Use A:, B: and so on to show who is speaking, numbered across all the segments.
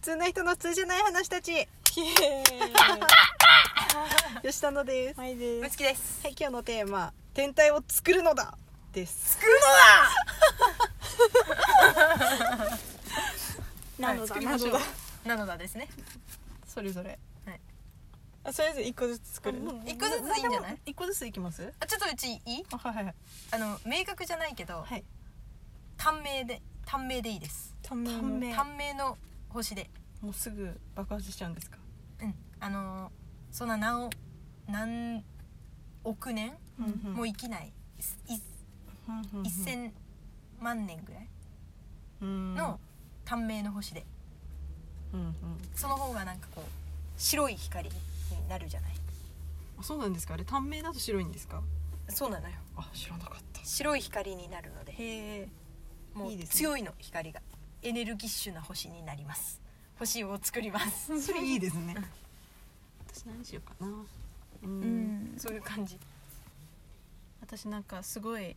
A: 通な人の普通じゃない話たち
B: イエ
A: 吉田のです
B: ーイはいで
C: む
B: す
C: つきです
A: はい、今日のテーマ「天体を作るのだ」です
C: 作る
B: な
C: のだ
B: なのだ
C: なのだのだなのだですね
A: それぞれ
B: あとりあえず一個ずつ作る
C: 一個ずついいんじゃない
A: 一個ずついきます
C: あちょっとうちいい
A: あはいはいはい
C: あの明確じゃないけど、
A: はい
C: 短命で短命でいいです
B: 短命の
A: 短命
C: 短命の星で
A: もうすぐ爆発しちゃうんですか
C: うんあのーそんな何何億年
A: うんうん
C: も生きない、い
A: うんうん
C: 一千万年ぐらい
A: うん
C: の短命の星で
A: うんうん
C: その方がなんかこう白い光になるじゃない
A: あそうなんですかあれ短命だと白いんですか
C: そうなのよ
A: あ知らなかった
C: 白い光になるので
A: へえ
C: も
A: いういですね
C: 強いの光がエネルギッシュな星になります星を作ります
A: それいいですね私何しようかなう
B: うんん
C: そういう感じ
B: 私なんかすごい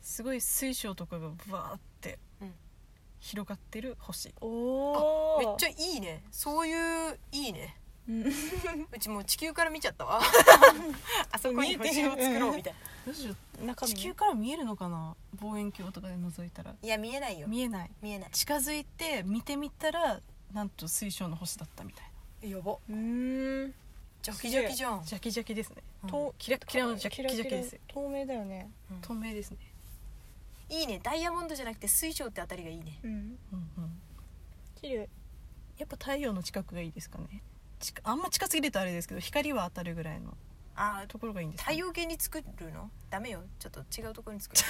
B: すごい水晶とかがバーって
C: うん
B: 広がってる星
C: お
B: お
C: めっちゃいいねそういういいね うちもう地球から見ちゃったわ あそこに星を作ろうみたい
A: どうしよう
B: 中
A: 地球
B: 身
A: から見えるのかな望遠鏡とかで覗いたら
C: ないや見えないよ
B: 見えない
C: 見えない
B: 近づいて見てみたらなんと水晶の星だったみたい
C: やば
B: なうん
C: ジャキジャキじゃん
B: ジャキジャキですね、
C: うん
B: とキラッキラのジャキジャキですよ
D: 透明だよね
B: 透明ですね、
C: いいねダイヤモンドじゃなくて水晶ってあたりがいいね
D: うん
B: うんうん、
D: 綺麗
B: やっぱ太陽の近くがいいですかね近あんま近すぎるとあれですけど光は当たるぐらいの
C: あー
B: ところがいいんですか
C: 太
B: ね、
C: 陽系に作るのダメよちょっと違うところに 作る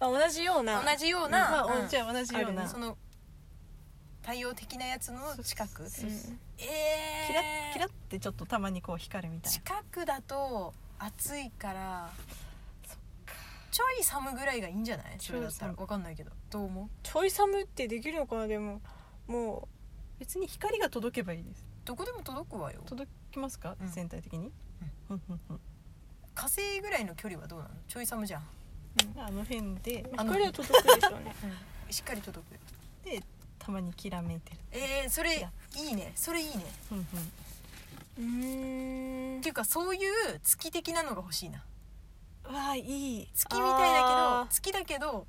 D: あ同じよ
C: 同
D: うな
C: じよう
B: ま
C: な、
B: あ、
C: うん
B: じゃあ同じような、
C: その太陽的なやつの近く
B: そうそう
C: え
B: キラッ
C: え
B: キラッってちょっとたまにこう光るみたいな
C: 近くだと暑いからちょい寒ぐらいがいいんじゃないそれだった
B: ちょ
C: ら
B: い寒
C: わかんないけどどう思う
D: ちょい寒ってできるのかなでもも
B: 別に光が届けばいいです
C: どこでも届くわよ
B: 届きますか、
C: うん
B: 全体的に、うんうんうん
C: 火星ぐらいの距離はどうなのちょい寒じゃん
B: あの辺で
D: う
C: あの
D: 光は届くでしょうね
C: しっかり届く
B: でたまにきらめいてる、
C: えー、そ
B: い
C: れ
B: や
C: いいねそれいいね
B: うんうん、
D: うーん
C: っていうかそういう月的なのが欲しいな
B: わあいい
C: 月みたいだけど
D: あー
C: 月だけど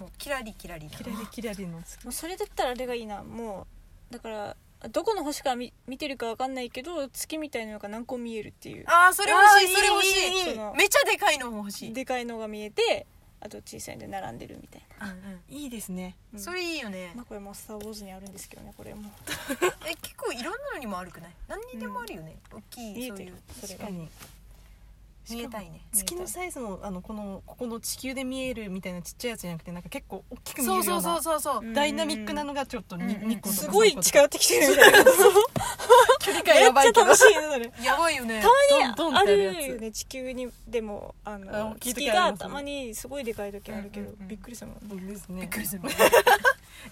C: もうキラリキラリな
B: キラリキラリの月
D: もうそれだったらあれがいいなもうだからどこの星から見見てるかわかんないけど月みたいなのが何個見えるっていう
C: ああそれ欲しい
D: あー
C: それ欲し
D: いいいいい
C: い
D: いその
C: めちゃでかいのも欲しい、
D: でかいのが見えてあと小さいので並んでるみたいな、
B: いいですね
D: うん
C: それいいよね
D: まあ、これも「スター・ウォーズ」にあるんですけどねこれも
C: え結構いろんなのにもあるくない何にでもあるよね、大きい
D: 見え
C: そう
D: て
C: い
D: る
C: う
D: それ
B: 確
D: が
B: かに
C: 見えたいね
B: 月のサイズもあのこのここの地球で見えるみたいなちっちゃいやつじゃなくてなんか結構大きく見えるよ
C: そうう
B: な
C: そうそうそうそう、
D: うん
B: ダイナミックなのがちょっと 2,
C: うんうん
B: 個とか
D: すごい
B: 近
D: 近寄ってきてるみたいな
C: 距離
D: めっちゃ楽
C: や
D: しいなそれ
C: ばいよね
B: ドンドン
D: あ
B: ってある
D: る
B: や
D: よ
B: つ
D: ね地球にでもあ
B: あ
D: の
B: 大きい時
D: 月
B: あり
D: が
B: ますね
D: たまにすごいでかい時あるけど、
C: うんうんうん
D: びっくりしたもんね
B: です
C: びっ
B: ね
C: くり する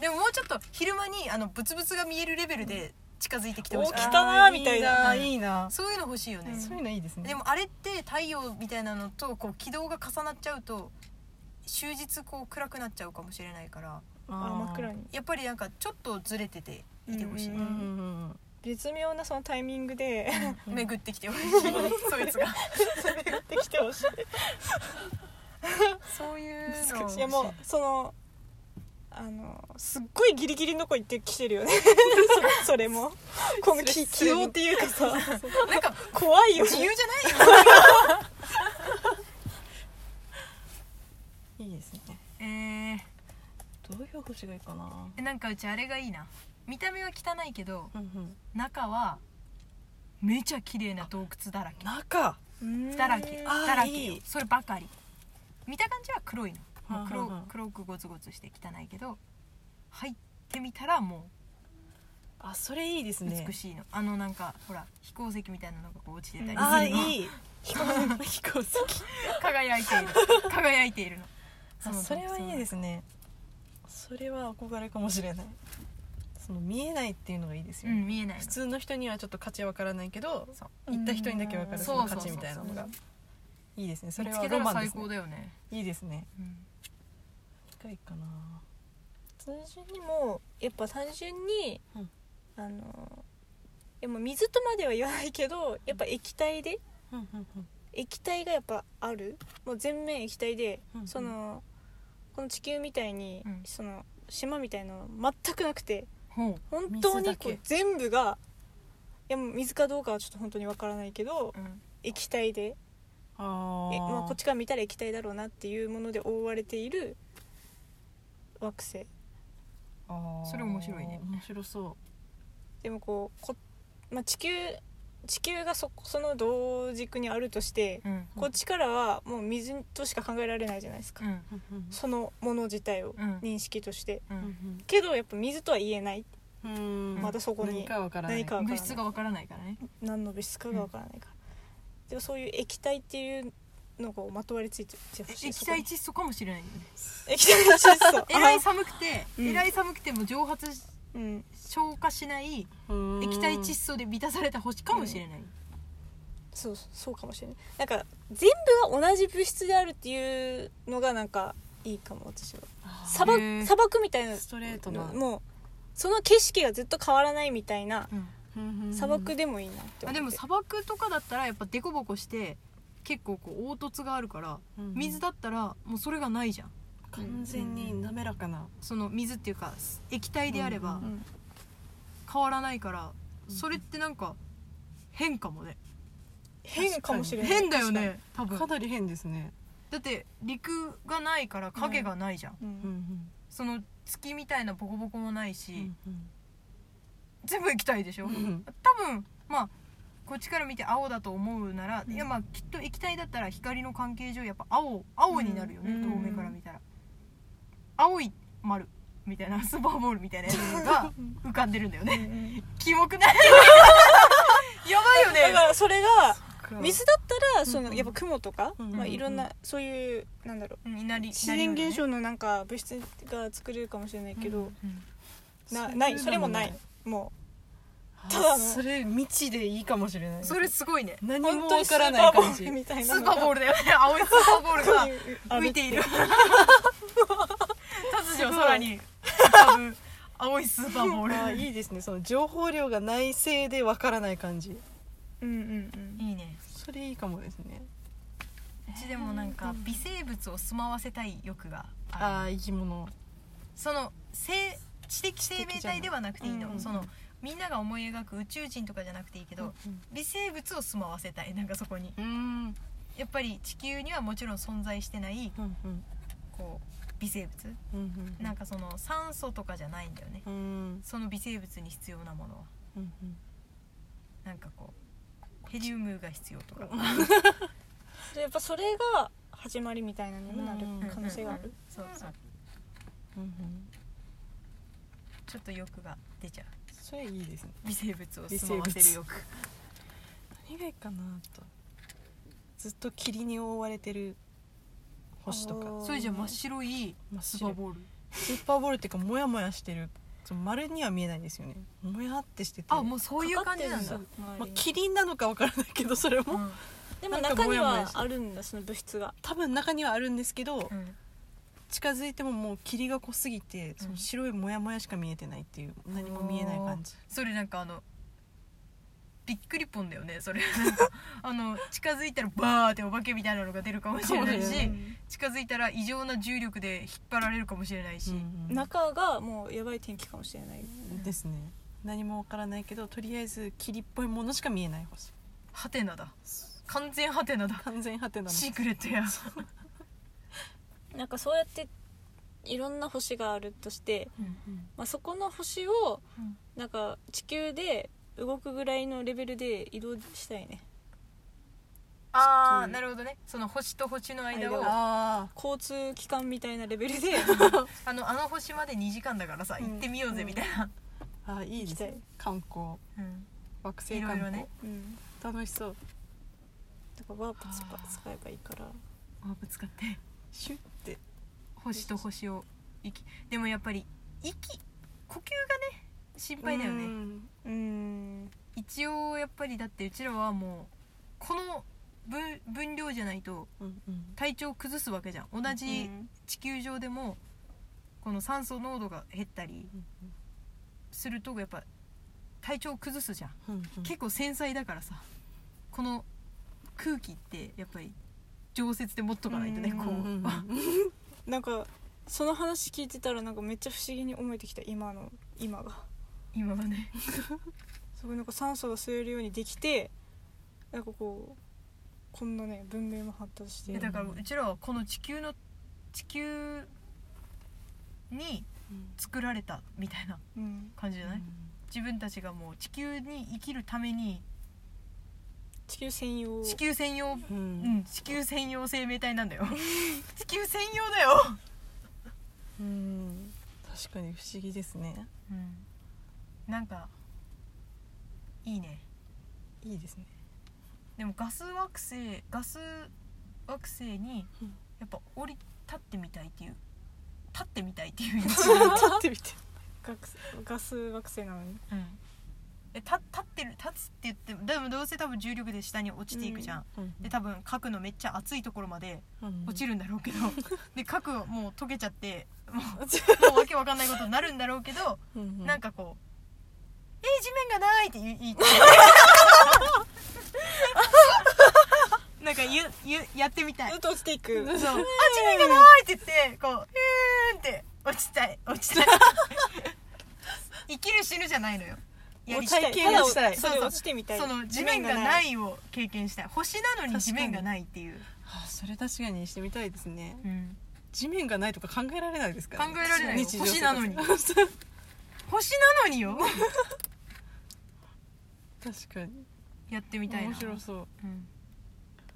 C: でももうちょっと昼間にあのブツブツが見えるレベルで近づいてきてほしい
D: お来たなー
B: あー
D: みたいない
B: いな
C: そういうの欲しいよね、
B: そういうのいいですね
C: でもあれって太陽みたいなのとこう軌道が重なっちゃうと終日こう暗くなっちゃうかもしれないから
D: あ
B: あ
D: 真っ暗
B: に
D: に
C: やっぱりなんかちょっとずれてていてほしい、
D: う
B: うんんうん
D: 絶妙なそのタイミングで
B: うん
C: 巡ってきてほしいそいつが
D: やってきてほしい
C: そういうの
D: いやもうそのあのすっごいギリギリの子行ってきてるよねそそれもこの気
B: それ
D: 気温っていうかさ
C: なんか
D: 怖い よ
C: 自由じゃないよ
B: いいですね
C: え
B: どういう星がいいかな
C: ーなんかうちあれがいいな見た目は汚いけど
B: うんうん
C: 中はめちゃ綺麗な洞窟だらけ
B: 中
C: だらけ
B: あー
C: だらけ
B: い
C: よ
B: い
C: そればかり見た感じは黒いのもう
B: は
C: 黒
B: あはあ
C: 黒くゴツゴツして汚いけど入ってみたらも
B: あそれいいです
C: う
B: ね
C: 美しいの、あのなんかほら飛行石みたいなのがこう落ちてたりするの
B: あーいい飛行飛行石
C: 輝いている輝いているの
B: あそれはいいですすねそれは憧れかもしれないその見えないっていうのがいいです
C: う
B: よね、
C: ん見えないの
B: 普通の人にはちょっと価値わからないけど
C: そう
B: 行った人にだけわかるそ
C: そ
B: の
C: うそ
B: 価
C: うそう
B: 値みたいなのがいいですねそれ
C: 見
B: は
C: つけ
B: ロ
C: たら
B: マンで
C: 最
B: す
C: 高
B: ね
C: だよね、
B: いいですね
C: うん
B: 近いかな
D: 数字にもやっぱ単純に、
B: うん
D: あのいやもう水とまでは言わないけどやっぱ液体で
B: うんうんうん
D: 液体がやっぱあるもう全面液体で、
B: うんうん
D: そのこの地球みたいに、
C: うん
D: その島みたいなのは全くなくて
B: ほ
D: 本当
C: 水だ
D: に
C: け
D: こう全部がいやもう水かどうかはちょっと本当にわからないけど
C: うん
D: 液体で
B: うあ
D: え
B: あ、
D: まあ、こっちから見たら液体だろうなっていうもので覆われている惑星
B: あー
C: それ面白いね
B: 面白そ
D: でもこうこ、まあ、地球地球がそその同軸にあるとして、
C: うん
D: こっちからはもう水としか考えられないじゃないですか、
C: うん
B: ううんうん
D: そのもの自体を
C: うん
D: 認識として、
B: う
C: う
B: んん
D: けどやっぱ水とは言えない、
B: うんうん
D: またそこ
B: 何
D: に
B: かわからない
D: 何かわからない
C: 物質がわからないからね
D: 何の物質かがわからないから、でもそういう液体っていうのがまとわりついててほしい
C: 液
D: そこに
C: 体窒素かもしれないよね
D: 液体窒 素
C: えらい寒くて
D: うん
C: えらい寒くても蒸発
D: あうん
C: 消化しない
B: うん
C: 液体窒素で満たされた星かもしれない
D: そうそうかもしれないなんか全部が同じ物質であるっていうのがなんかいいかも私は
B: あー
D: 砂漠
C: へー
D: 砂漠みたいな
B: ストレートな
D: もうその景色がずっと変わらないみたいな
C: うん
B: うんうん
D: 砂漠でもいいなって思
C: あ
D: って
C: でも砂漠とかだったらやっぱデコボコして結構こう凹凸があるから
B: うん
C: 水だったらもうそれがないじゃん
B: 完全に滑らかな
C: その水っていうか液体であれば
D: うん
C: 変わらないからそれってなんか変かもね
D: 変かもしれない
C: 変だよね多分
B: かなり変ですね
C: だって陸がないから影がないじゃん、
D: 確かに、う
B: うんん
C: その月みたいなボコボコもないし、
B: うんうん
C: 全部液体でしょ、
B: うんうん
C: 多分まあこっちから見て青だと思うなら、
D: うん
C: いやまあきっと液体だったら光の関係上やっぱ青青になるよね、
B: うん
C: 遠目から見たら青い丸みたいなスーパーボールみたいなやつが浮かんでるんだよねキモくないやばいよ
D: だ
C: ね
D: からそれが水だったらそ
B: うんう
D: の
B: ん
D: やっぱ雲とか、
B: うんうん
D: まあ、いろんなそういうなんだろう
C: うんいなり
D: 自然現象
C: だ
D: のなんか物質が作れるかもしれないけど、な
B: そういうのも
D: ないそれもない
B: ない
D: も
B: あ
D: ただの
B: それ未知でいいかもしれない
C: それすごいね
B: 何
D: う
B: も
D: 本当
B: わ
D: にス
B: か
D: ー
B: ら
D: パ
B: ない
D: ーボ
B: 感
D: ール
B: じ
D: み たい
C: ス
D: な
C: ー
D: の
C: パ
D: が
C: ーボールだよね 青いスーパーボールが浮いている突如空に浮かぶ青いスーパーボ
B: あ
C: ー
B: ー
C: ル
B: いいですねその情報量がないせいでわからない感じ
D: うんうんうん
C: いいね
B: それいいかもですね
C: うちでもなんか微生物を住まわせたい欲がある
B: ああー生き物
C: その生知的生命体ではなくていいの、
B: うんうん
C: そのみんなが思い描く宇宙人とかじゃなくていいけど、微生物を住まわせたいなんかそこに
B: うん
C: やっぱり地球にはもちろん存在してない
B: うんうん
C: こう微生物
B: うん
C: なんかその酸素とかじゃないんだよね
B: うんうん
C: その微生物に必要なものは
B: うんうん
C: なんかこうヘリウムが必要とか
D: でやっぱそれが始まりみたいなのにもなる可能性があ
C: うん
D: る
C: そうそう
B: うんうん
C: ちょっと欲が出ちゃう
B: それいいですね
C: 微生物を住まわせる欲
B: 何がいいかなとずっと霧に覆われてる星と
D: あ
B: か
D: ー
C: それじゃ真っ白い
B: 真っ
C: スー
B: 白
C: パー
B: い
C: ボール
B: スーパーボールっていうかモヤモヤしてるその丸には見えないんですよねモヤってしてて
C: あもうそういう
D: かかっ
C: 感
D: て
C: じ
D: る
C: なんだ
D: 周り
B: まあ
D: に、
B: キリンなのかわからないけどそれも、
D: でも
B: なんか
D: 中
B: モ
D: に
B: ヤモヤ
D: は
B: して
D: あるんだその物質が
B: 多分中にはあるんですけど、
C: うんうん
B: 近づいてももう霧が濃すぎてその白いモヤモヤしか見えてないっていう、何も見えない感じ
C: それなんかあのびっくりぽんだよねそれなんかあの近づいたらバーってお化けみたいなのが出るかもしれない
B: そうだ
C: し
B: よ
C: 近づいたら異常な重力で引っ張られるかもしれないし、
B: うん
D: 中がもうやばい天気かもしれない
B: ですね何もわからないけどとりあえず霧っぽいものしか見えない星
C: ハテナだ完全ハテナだ
B: 完全ハテナの
C: シークレットや
D: なんかそうやっていろんな星があるとして、
B: うん
D: まあ、そこの星を
C: うん
D: なんか地球で動くぐらいのレベルで移動したいね
C: ああなるほどねその星と星の間を
D: 間
C: あ
B: あ
D: 交通機関みたいなレベ ルで
C: のあの星まで2時間だからさ、
D: うん
C: 行ってみようぜみたいな、
B: ーあーいいです
D: 行きた
B: ね
D: い
B: 観光
C: うん
B: 惑星
C: いろ
B: 観
C: いろ
B: 光、
C: ね
D: うん
B: 楽しそう
D: だからワープ使使えばいいから
C: あぶつかって
B: シュって
C: 星と星を息でもやっぱり息呼吸がね心配だよね、
B: うん
D: うん
C: 一応やっぱりだってうちらはもうこの分分量じゃないと
B: うんうん
C: 体調崩すわけじゃん同
D: う
C: じ
D: ん
C: 地球上でもこの酸素濃度が減ったりするとやっぱ体調を崩すじゃん
B: うんうん
C: 結構繊細だからさこの空気ってやっぱり常設で持っとかないとねこう
B: うんうんうん
D: なんかその話聞いてたらなんかめっちゃ不思議に思えてきた今の今が
C: 今はね
D: すごいなんか酸素が吸えるようにできてなんかこうこんなね文明も発達して
C: でだからうちらはこの地球の地球に作られたみたいな
D: うん、
C: 感じじゃない、自分たちがもう地球に生きるために
D: 地球専用
C: 地球専用
B: う
C: うんん地球専用生命体なんだよ地球専用だよ、
B: うん確かに不思議ですね
C: なんかいいね
B: いいです ね
C: でもガス惑星ガス惑星に
B: うん
C: やっぱ降り立ってみたいっていう立ってみたいっていう、
B: 立ってみて
D: ガスガス惑星なのに
C: うん、えた立ってる立つって言ってもでもどうせ多分重力で下に落ちていくじゃん、で多分核のめっちゃ熱いところまで落ち
B: る
C: るんだろ うけど、で核はもう溶けちゃってもうもうわけわかんないことになるんだろうけど、なんかこう「えー、地面がない!」って言い 言ってなんかゆゆやってみたい
D: ずっと落ちていく
C: そうあ地面がないって言ってこう「ヒューン!」って落ちたい落ちたい生きる死ぬじゃないのよやりたい
B: もう体験をしたい
D: それ落ちてみたい
C: その地面がないを経験したい星なのに地面がないっていう、
B: あそれ確かにしてみたいですね
C: うん
B: 地面がないとか考えられないですからね
C: 考えられないよ
B: 日常
C: 星なのに
B: 確
C: 星なのによ
B: かに
C: やってみたいな
B: 面白そう
C: うん